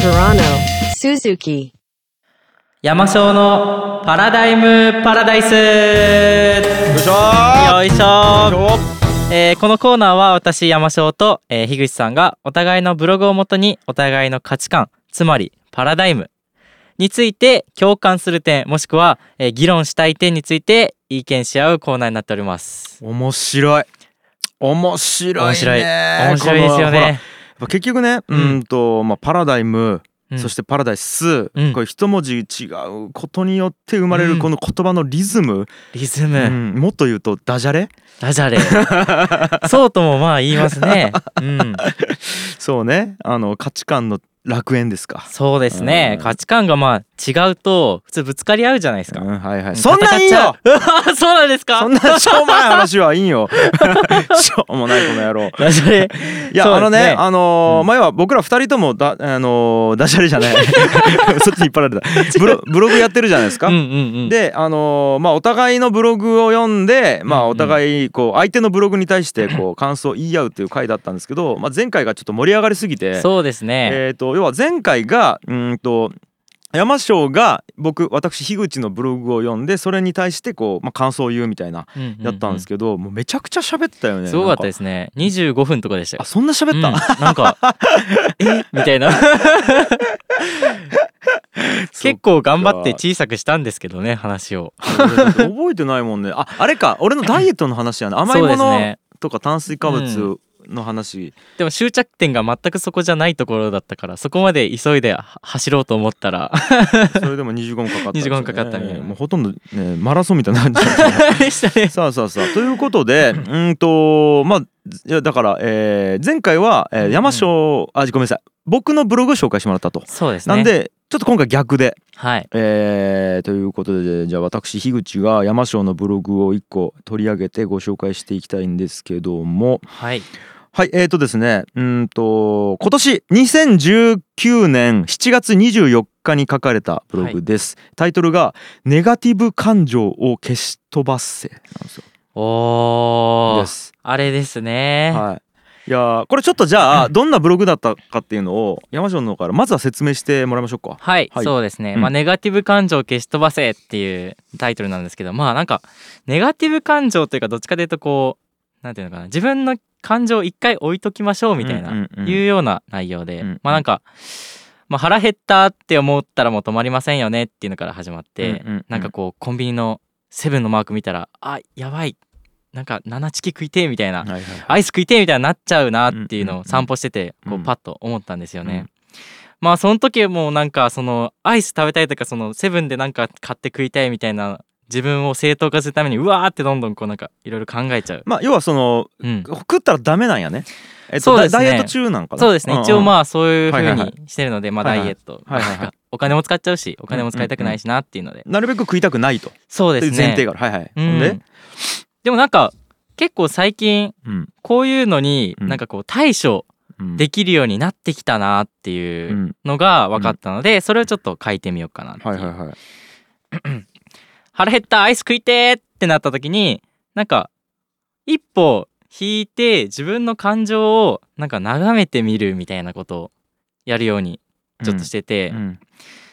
Pirano, Suzuki. 山椒のパラダイムパラダイスよよいいしょしょ、えーこのコーナーは私山椒と、えー樋口さんがお互いのブログをもとにお互いの価値観つまりパラダイムについて共感する点もしくは、えー議論したい点について意見し合うコーナーになっております面白い面白いね面白い面白いですよこのほらやっねぱ結局ねううんんと、まあ、パラダイム、うんそしてパラダイス、うんこれ一文字違うことによって生まれうるんこの言葉のリズム、リズうム、んもっと言うとダジャレダジャレ そうともまあ言いますねうんそうねあの価値観の楽園ですか。そうですね、うん価値観がまあ違うと普通ぶつかり合うじゃないですか、うんはいはい、うそんなんいいよ戦っちゃう そうなんですかそんなしょうもない話はい いよ しょうも ないこの野郎ダジャレいや、そうあのですねねあのーうん前は僕ら二人ともだあのーダジャレじゃない そっちに引っ張ら れたブロブログやってるじゃないですか、うんうんうんであのーまあお互いのブログを読んで、うまんあ、うんお互いこう相手のブログに対してこう感想を言い合うっていう回だったんですけど、まあ、前回がちょっと盛り上がりすぎて、そうですね、えー、と要は前回がうーんと山椒が僕私樋口のブログを読んでそれに対してこう、まあ、感想を言うみたいなうんうんうんやったんですけど、もうめちゃくちゃ喋ったよねすごかったですすね25分とかでしたよあそんな喋った、うんなん かえみたいなそう結構頑張って小さくしたんですけどね話を 覚えてないもんねああれか俺のダイエットの話 やな甘いそもうですのねとか炭水化物の話、でも終着点が全くそこじゃないところだったからそこまで急いでは走ろうと思った らそれでも25分かかったんですよね、 25かかったみたいなもうほとんど、ね、マラソンみたいな感じだった ねでしたねさあさあさあというこ とでうんとまあいやだから、えー前回は、えー山椒、あごめんなさい僕のブログを紹介してもらったと、そうですねなんでちょっと今回逆ではいえーということでじゃあ私樋口が山椒のブログを1個取り上げてご紹介していきたいんですけどもはいはいえーとですねうーんと今年2019年7月24日に書かれたブログです、タイトルが「ネガティブ感情を消し飛ばせ」なんですよ。おでーす。あれですね、はいいやーこれちょっとじゃあどんなブログだったかっていうのを山椒の方からまずは説明してもらいましょうか。はい、はいそうですね、うんまあネガティブ感情を消し飛ばせっていうタイトルなんですけどまあなんかネガティブ感情というかどっちかというとこうなんていうのかな自分の感情を一回置いときましょうみたいな、うんうんうんいうような内容で、うんうんまあなんか、まあ、腹減ったって思ったらもう止まりませんよねっていうのから始まって、うんうんうんなんかこうコンビニのセブンのマーク見たらあやばいなんか7チキ食いてえみたいなはいはいはいアイス食いてえみたいになっちゃうなっていううんうのんうんを散歩しててこううんパッと思ったんですよね。うんまあその時もなんかそのアイス食べたいとかそのセブンでなんか買って食いたいみたいな自分を正当化するためにうわーってどんどんこうなんかいろいろ考えちゃう。まあ要はそのうん、食ったらダメなんやね。えっと、そうですねダイエット中なんかな。そうですね、一応あ。まあそういう風はいはいはにしてるので、まあはダいはいイエット、はいはいはいなんかお金も使っちゃうしお金も使いたくないしなっていうので、なるべく食いたくないと。そうでといすうね前提がある。はいはい。うんで、でもなんか結構最近うん。こういうのにうんなんかこう対処うん。できるようになってきたなっていううんのが分かったので、それをちょっと書いてみようかなっていう、はいはいはい。腹減ったアイス食いてーってなった時になんか一歩引いて自分の感情をなんか眺めてみるみたいなことをやるようにちょっとしてて、うん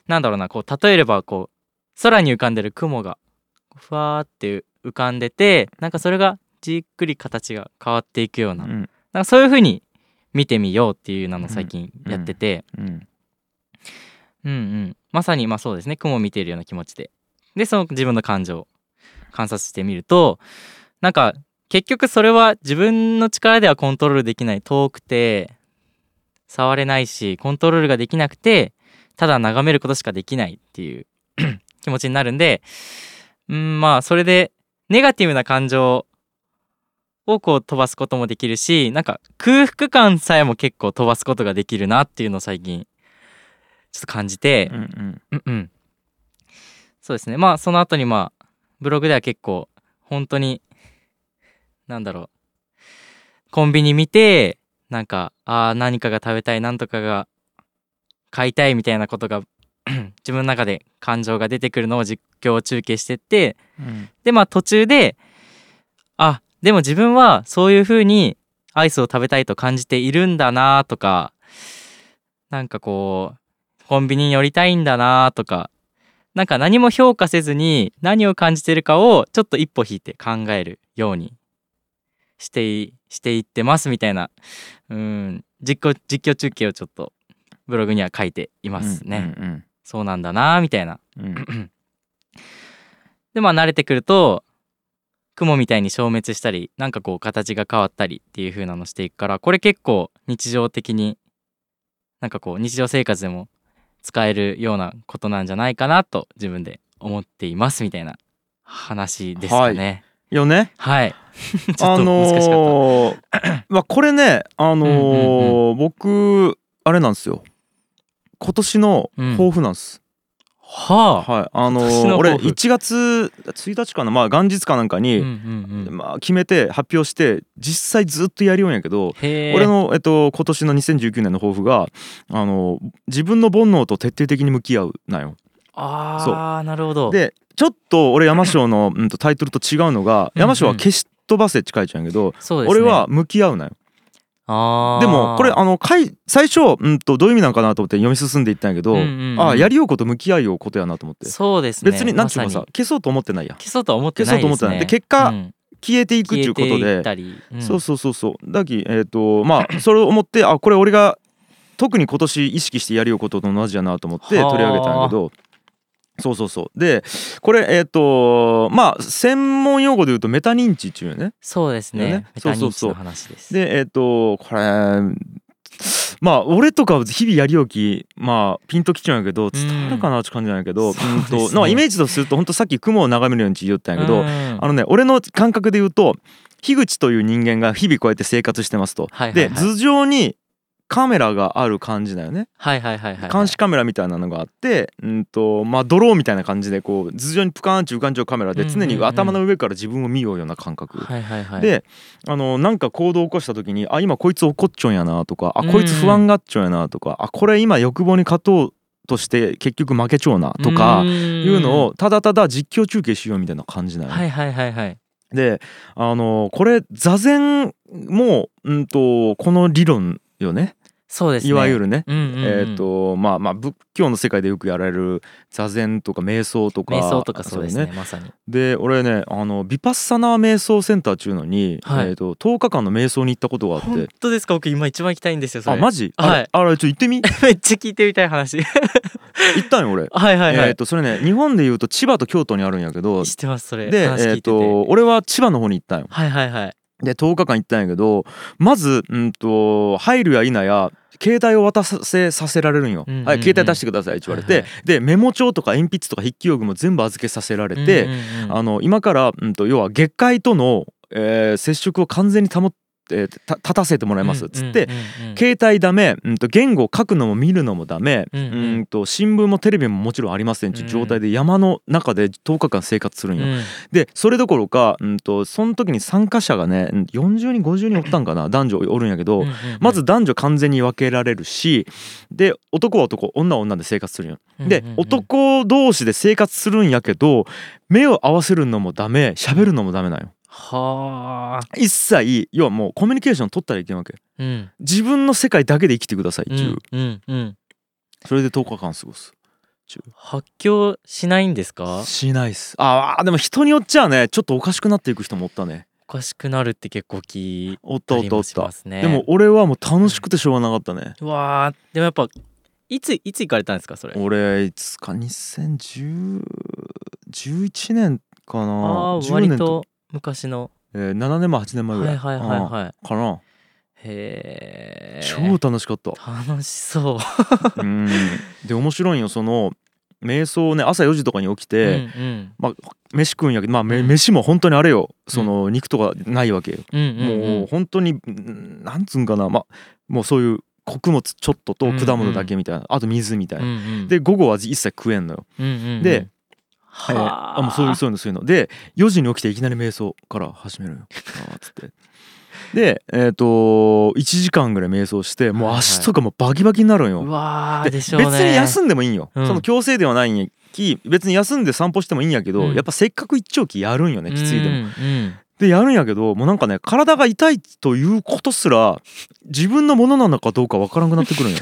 なんだろうなこう例えればこう空に浮かんでる雲がふわーって浮かんでてなんかそれがじっくり形が変わっていくよううな,、んなんかそういう風に見てみようっていうのを最近やってて、うんうんうん、まさにまあそうですね雲を見ているような気持ちででその自分の感情を観察してみるとなんか結局それは自分の力ではコントロールできない遠くて触れないしコントロールができなくてただ眺めることしかできないっていう 気持ちになるんでうんまあそれでネガティブな感情をこう飛ばすこともできるしなんか空腹感さえも結構飛ばすことができるなっていうのを最近ちょっと感じてうんうんうんうんそうですねまあその後にまあブログでは結構本当になんだろうコンビニ見てなんかあー何かが食べたい何とかが買いたいみたいなことが 自分の中で感情が出てくるのを実況中継してってうんでまあ途中であでも自分はそういう風にアイスを食べたいと感じているんだなとかなんかこうコンビニに寄りたいんだなとかなんか何も評価せずに何を感じてるかをちょっと一歩引いて考えるようにしていしていってますみたいなうん実況実況中継をちょっとブログには書いていますね。うんそうなんだなみたいな。うんうんでまあ慣れてくると雲みたいに消滅したりなんかこう形が変わったりっていう風なのしていくからこれ結構日常的になんかこう日常生活でも使えるようなことなんじゃないかなと自分で思っていますみたいな話ですかね。よね。はい。 ちょあっと難しかった。のーまあこれねあのー僕あれなんですよ今年の抱負なんです、はあ。はいあのー今年の俺抱負1月1日かなまあ元日かなんかうんに、うんうん。まあ、決めて発表して実際ずっとやるようんやけど、へえ。俺の、えっと、今年の2019年の抱負があのー自分の煩悩と徹底的に向き合うなんよ。ああなるほど。でちょっと俺山椒の、うん、とタイトルと違うのがうんうん山椒は消し飛ばせって書いちゃうんやけど、そうですね。俺は向き合うなよ。あーでもこれあのかい最初うんとどういう意味なのかなと思って読み進んでいったんやけど、うんうんうんあやりようこと向き合いようことやなと思って、そうですね。別になんちゅうかまささに消そうと思ってないやん消そうとは思ってないですね。消そうと思ってないで結果うん消えていくっていうこと消えていっで、たりうんそうそうそうそうだきえっ、とま あそれを思ってあこれ俺が特に今年意識してやりようことと同じやなと思って取りはあ上げたんやけど。そうそうそうでこれえっ、とまあ専門用語で言うとメタ認知っていうねそうですね。よねメタそ認う知そうそうの話です。でえっ、とこれまあ俺とか日々やりおきまあピンときちゃうんやけど伝わるかなって感じなんやけど、うんそうですねとなんかイメージとするとほんとさっき雲を眺めるように言ったんやけど、うんあのね俺の感覚で言うと樋口という人間が日々こうやって生活してますと。はいはいではい頭上にカメラがある感じだよねはいはいはいはい。監視カメラみたいなのがあってうんとまあドローンみたいな感じでこう頭上にプカーンち浮かんじゃうカメラで常うんうんにうん頭の上から自分を見ようような感覚はいはいはい。、であのなんか行動を起こした時にあ今こいつ怒っちょんやなとかあうんこいつ不安がっちょんやなとかあこれ今欲望に勝とうとして結局負けちょうなとかいいうの。をただただ実況中継しようみたいな感じなの、はいはいはいはい。であのこれ座禅もうんとこの理論よねそうですね。いわゆる。るね。うんうんうんえーとまあまあ仏教の世界でよくやられる座禅とか瞑想とか瞑想とかそうですね。まさに。で俺ねあのビパッサナー瞑想センターっちゅうのに、はいえー、と10日間の瞑想に行ったことがあって本当ですか。僕今一番行きたいんですよ。そあれマジあれ,、はいあれちょっと行っ てみめっちゃ聞いてみたい 話。行ったんよ俺。はいはいはえー、い。とそれね日本でいうと千葉と京都にあるんやけど 知ってますそれ。でえ話聞いー、てて。と俺は千葉の方に行ったんよ。はいはいはい。で10日間行ったんやけどまずうんと入るや否や携帯を渡せさせられるんよ。うんうんうんはい携帯出してくださいって言われて、はいはでメモ帳とか鉛筆とか筆記用具も全部預けさせられて。うんうんうんあの今から、うん、と要は月界との、えー接触を完全に保ってた立たせてもらいますっつって、うんうんうん携帯ダメ、うん、と言語を書くのも見るのもダメ、ううんんうんと新聞もテレビももちろんありませんっていう状態で山の中で10日間生活するんよ。うんでそれどころか、うん、とその時に参加者がねうん40人50人おったんかな男女おるんやけど、うんうんうんまず男女完全に分けられるしで男は男女は女で生活するんよ。でうんうんうん男同士で生活するんやけど目を合わせるのもダメ喋るのもダメなんよはあ。一切要はもうコミュニケーション取ったらいけんわけうん。自分の世界だけで生きてくださいってういう、んうんうん。それで10日間過ごす発狂しないんですかしないっすああでも人によっちゃねちょっとおかしくなっていく人もおったねおかしくなるって結構聞いおったたおっりたおもっ、したますねでも俺はもう楽しくてしょうがなかったね、うわーでもやっぱいついつ行かれたんですかそれ俺いつか2011年かあなあー割と、昔のえー7年前8年前はぐらいいはいはいはいうんかなへえ超楽し かった楽しそううんで面白いんよその瞑想をね朝4時とかに起きうんうて、ん飯食うんやけどまあ、めうん飯も本当にあれよその肉とかないわけよ、うんうんもう本当にうんなんつうんかなまあもうそういう穀物ちょっとと果物だけみたいな、あと水みたいうんうな、んで午後は一切食えんのよ、うんうんで、えはーああもうそういうそういうのそういうので4時に起きていきなり瞑想から始めるの よあーつってでえっ、と1時間ぐらい瞑想してもう足とかもバキバキになるんよ、うわーででしょうね別に休んでもいいんよ、うんその強制ではないんやき別に休んで散歩してもいいんやけど、うんやっぱせっかく一丁期やるんよねきついうでも。んうんでやるんやけどもうなんかね体が痛いと いうことすら自分のものなのかどうかわからなくなってくるんよ。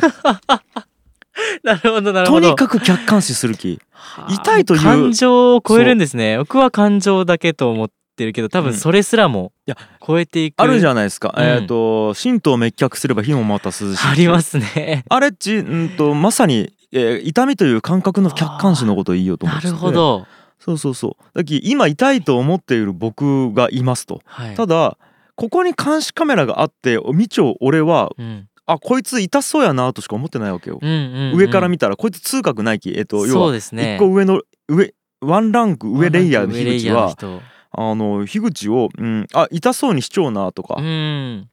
なるほどなるとほどにかく客観視する気は痛いという感情を超えるんですね僕は感情だけと思ってるけど多分それすらもうんい超えていく、あるじゃないですか、うんえっ、と神道滅却すれば火もまた涼しいありますねあれっちうんとまさに、えー痛みという感覚の客観視のことを言いようと思っなててるほど、そうそうそうだっき今痛いと思っている僕がいますとはい、ただここに監視カメラがあってみちょ俺はうん、あこいつ痛そうやなとしか思ってないわけよ、うんうんうん上から見たらこいつ痛覚ないきえっ、と要そうはですね一個上の上ワンランク上レイヤーの上レ樋イ口ヤーのは人あの樋口を、うん、あ痛そうにしちゃうなとかうん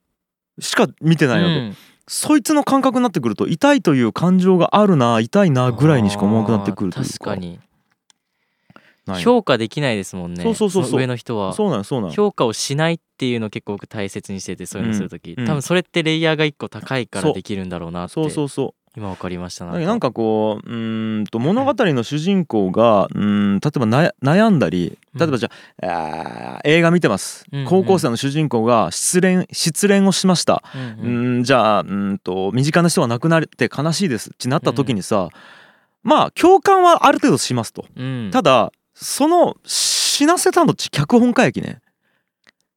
しか見てないわけ、うんそいつの感覚になってくると痛いという感情があるな痛いなぐらいにしか思わなくなってくるというかあー確かにない評価できないですもんねそうそうそうそうの上の人はそうなんよそうなんよ評価をしないっていうのを結構僕大切にしててそういうのするとき、うん多分それってレイヤーが一個高いかそらうできるんだろうなってそうそうそう今わかりましたなだけどなんかこううーんと物語の主人公がうーん例えばな悩んだり例えばじゃあ,あー、映画見てます、うんうん高校生の主人公が失恋失恋をしました、うんううんーん、じゃあうーんと身近な人が亡くなって悲しいですってなった時にさ、まあ共感はある程度しますと、うんただその死なせたのっち脚本家やきね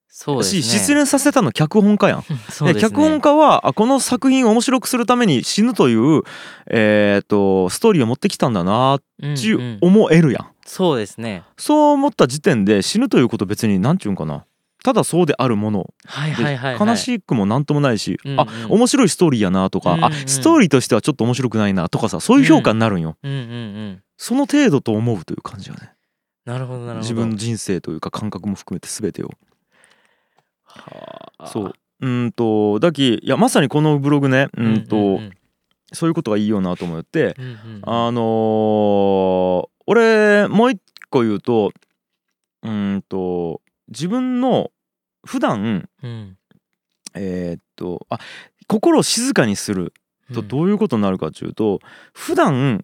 そうですねし失恋させたの脚本家やんそうですね脚本家はあこの作品を面白くするために死ぬという、えー、とストーリーを持ってきたんだなっ家ていう思えるやん、そうですねそう思った時点で死ぬということ別に何ちゅうんかなただそうであるものはいで、はいはい、悲いしくも何ともないし、うんうんあ面白いストーリーやなとか、うんうんあストーリーとしてはちょっと面白くないなとかさそういう評価になるんよ、うんうんうんその程度と思うという感じよねなるほどなるほど自分の人生というか感覚も含めて全てをはあそううーんとだきいやまさにこのブログねうーんと、うんうんそういうことがいいよなと思って、うんうんあのー俺もう一個言うとうーんと自分の普段うんえーっとあ心を静かにするうんとどういうことになるかっていうと、普段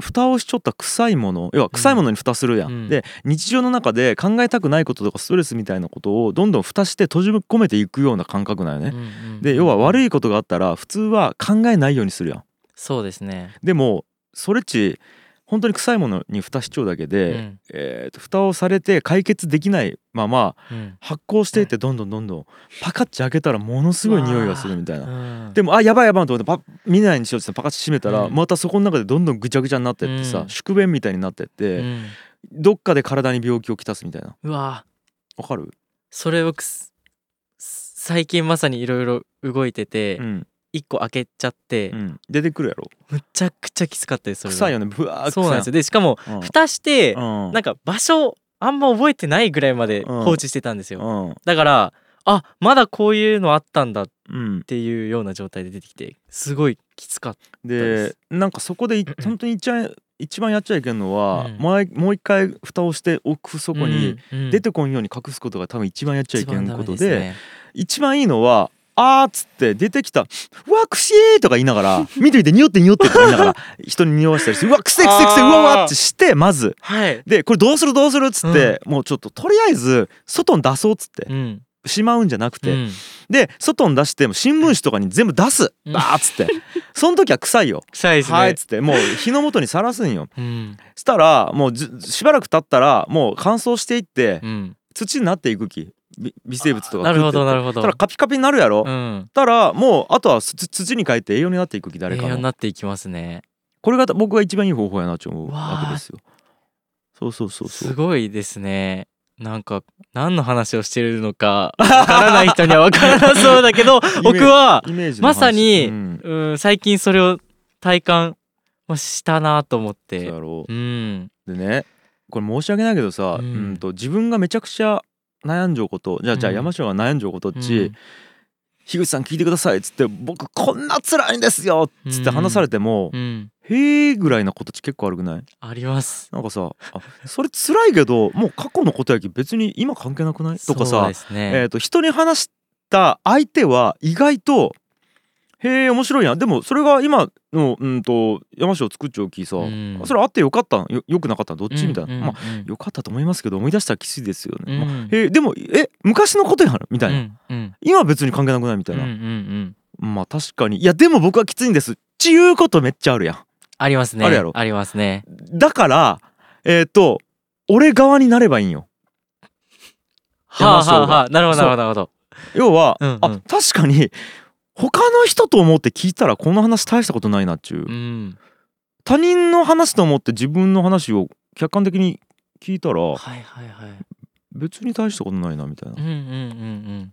蓋をしちょった臭いもの要は臭いものに蓋するやん、うんで日常の中で考えたくないこととかストレスみたいなことをどんどん蓋して閉じ込めていくような感覚なんよね。うんうんで要は悪いことがあったら普通は考えないようにするやん。そうですねでもそれっち本当に臭いものに蓋しちゃうだけで、うんえーと蓋をされて解決できないままうん発酵していってどんどんどんどんパカッチ開けたらものすごい匂いがするみたいな。うんでもあやばいやばいと思ってパッ見ないようにしようってパカッ閉めたら、うんまたそこの中でどんどんぐちゃぐちゃになってってさ、うん宿便みたいになってって、うんどっかで体に病気をきたすみたいなうわわかる、それ僕すす最近まさにいろいろ動いててうん一、個開けちゃって、うん、出てくるやろむちゃくちゃきつかったですそれが臭いよねぶわーそうなんですよでしかもよ、蓋して、うん、なんか場所あんま覚えてないぐらいまでうん放置してたんですよ、うんうんだからあまだこういうのあったんだっうん、ていうような状態で出てきてすごいきつかったでですなんかそこでい本当に一番一番やっちゃいけんのは、うんもうもう一回蓋をして奥底に、出てこんように隠すことが多分一番やっちゃいけんことで,、一番いいのは「あー」っつって出てきた「うわくしー!」とか言いながら「見て見て匂って匂って」とか言いながら人に匂わせたりして「うわくせくせくせうあーわうわ」ってしてまず。はい、でこれどうするどうするっつって、もうちょっととりあえず外に出そうっつってうんしまうんじゃなくて、うんで外に出してもう新聞紙とかに全部出すうんバーっつって、その時は臭いよ臭いですね、はいっつってもう日の元にさらすんよ うんしたらもうずしばらく経ったらもう乾燥していってうん、土になっていくきび微生物とかなるほどなるるほどたらカピカピになるやろ、うんたらもうあとはす土に変えて栄養になっていくき誰栄か養にのなっていきますねこれが僕が一番いい方法やなって思うわあわけですよそうそうそうそすうごいですねなんか何の話をしてるのかわからない人にはわからなそうだけ ど僕はイメージのま話さに、うんうん、最近それを体感もしたなと思っそうてやろうんうでねこれ申し訳ないけどさ、うう、んんと自分がめちゃくちゃ悩んじゃうことじゃあじゃあうん山椒が悩んじゃうことっち、うん樋口さん聞いてくださいっつって僕こんな辛いんですよっつって話されても、うんへえぐらいなことって結構悪くないありますなんかさあそれ辛いけどもう過去のことやき別に今関係なくないとかそうさで、すね、えー、と人に話した相手は意外とへえ面白いやんでもそれが今のうんと山椒作っちゃうきさ、うんそれあってよかったんよよくなかったんどっちみたいな、うんうんまあよかったと思いますけど思い出したらきついですよね、うんまあへえでもえ昔のことやんみたいな、うんうん今は別に関係なくないみたいうんうんな、うんまあ確かにいやでも僕はきついんですっていうことめっちゃあるやんありますねあるやろありますねだからえっ、と俺側になればいいんよはあ話そうはがあはあなるほどなるほどなるほど要は、うんうんあ確かに他の人と思って聞いたらこの話大したことないなっちゅう、うん他人の話と思って自分の話を客観的に聞いたらはいはいはい別に大したことないなみたいなうんうんうん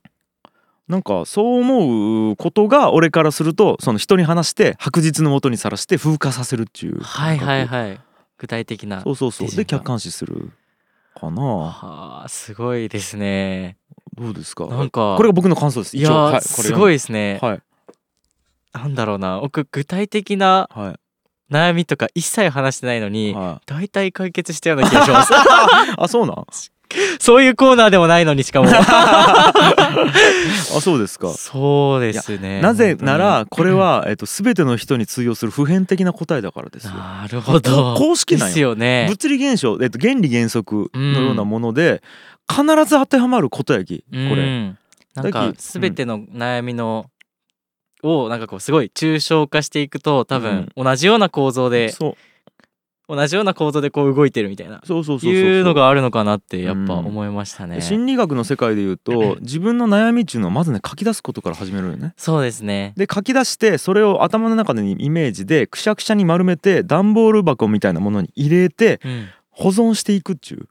なんかそう思うことが俺からするとその人に話して白日のもとにさらして風化させるっていううんはいはいいはい具体的なそうそうそう手順でが客観視するかなはあすごいですねどうですかなんかこれが僕の感想ですい一や応ー、はい、すごいいですね、はいなんだろうな僕具体的なは悩みとか一切話してないのいに、は大体解決したような気がします いあそうなんそういうコーナーでもないのに しかもあそうですかそうですねなぜなら本これは、えっと、全ての人に通用する普遍的な答えだからで当すよに。なるほどこ公式なんでよすよね物理現象、えっと、原理原則のようなもので、必ず当てはまることやきこうんれ。なんだかけ全ての悩みの、をなんかこうすごい抽象化していくと多分同じような構造で、そう同じような構造でこう動いてるみたいなそうそうそうそういうのがあるのかなってやっぱうん思いましたね、で心理学の世界でいうと自分の悩みっていうのはまずね書き出すことから始めるよね。そうですねで書き出してそれを頭の中でイメージでくしゃくしゃに丸めて段ボール箱みたいなものに入れてうん保存していくっちゅう。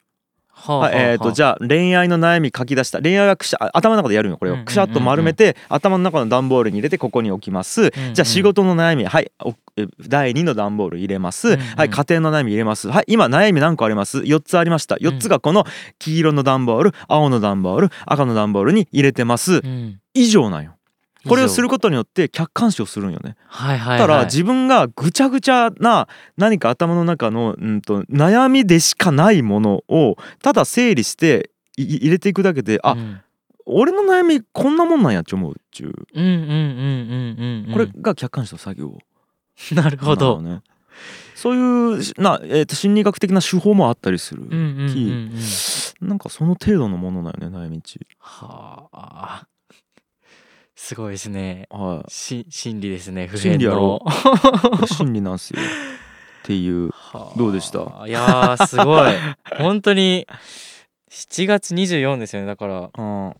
はあははいえー、とじゃゃあ恋愛の悩み書き出した恋愛はくしゃあ頭の中でやるのこれうんうんうをんくしゃっと丸めて頭の中の段ボールに入れてここに置きます、んうんじゃあ仕事の悩みはいおえ第2の段ボール入れます、うんうんはい家庭の悩み入れますはい今悩み何個あります4つありました4つがこの黄色の段ボール青の段ボール赤の段ボールに入れてますうん以上なんよこれをすることによって客観視をするんよねはいはい、はい、だから自分がぐちゃぐちゃな何か頭の中の、うん、と悩みでしかないものをただ整理してい入れていくだけであ、うん俺の悩みこんなもんなんやって思うっちゅううんうんうんうんうんうんこれが客観視の作業なるほどなのねそういうしな、えーと心理学的な手法もあったりする、うんうんうんうんなんかその程度のものだよね悩みっちはあすごいですねは し心理ですね不心変理やのろいこれ心理なんすよっていうはあどうでしたいやーすごい 本当に7月24ですよねだからあ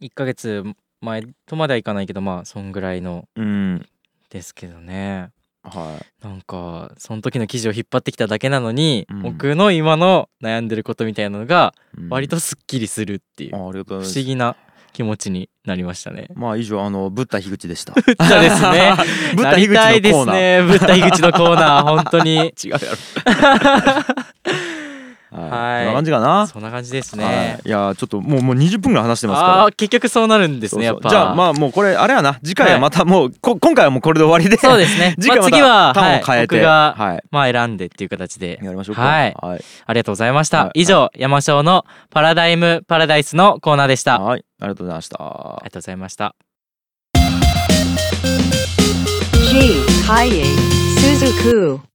1ヶ月前とまではいかないけどまあそんぐらいのーうんですけどねはいなんかその時の記事を引っ張ってきただけなのに、うん僕の今の悩んでることみたいなのがうん割とすっきりするっていう、あありがと不うございます思議な気持ちになりました ね。まあ以上あのブッダ樋口 でした。そうですね。ブッダ樋口のコーナーなりたいですね。ぶった樋口のコーナー本当に 違うや ろ。はいこんな感じかな。そんな感じですはね。い。いやーちょっともうもう20分ぐらい話してますかあら。あー結局そうなるんですねそうそうやっぱ。じゃあまあもうこれあれやな次回はまたもう、こ今回はもうこれで終わりで。。そうですね 次回ままあ、た次は、ターンはを変い、えて、僕が、はいまあ、選んでっていう形で、やりましょうか。はいはい。ありがとうございました。はい以上、山椒のパラダイムパラダイスのコーナーでした。あはいありがとうございましたり。がとうございました。 G. Kaye. Suzuku.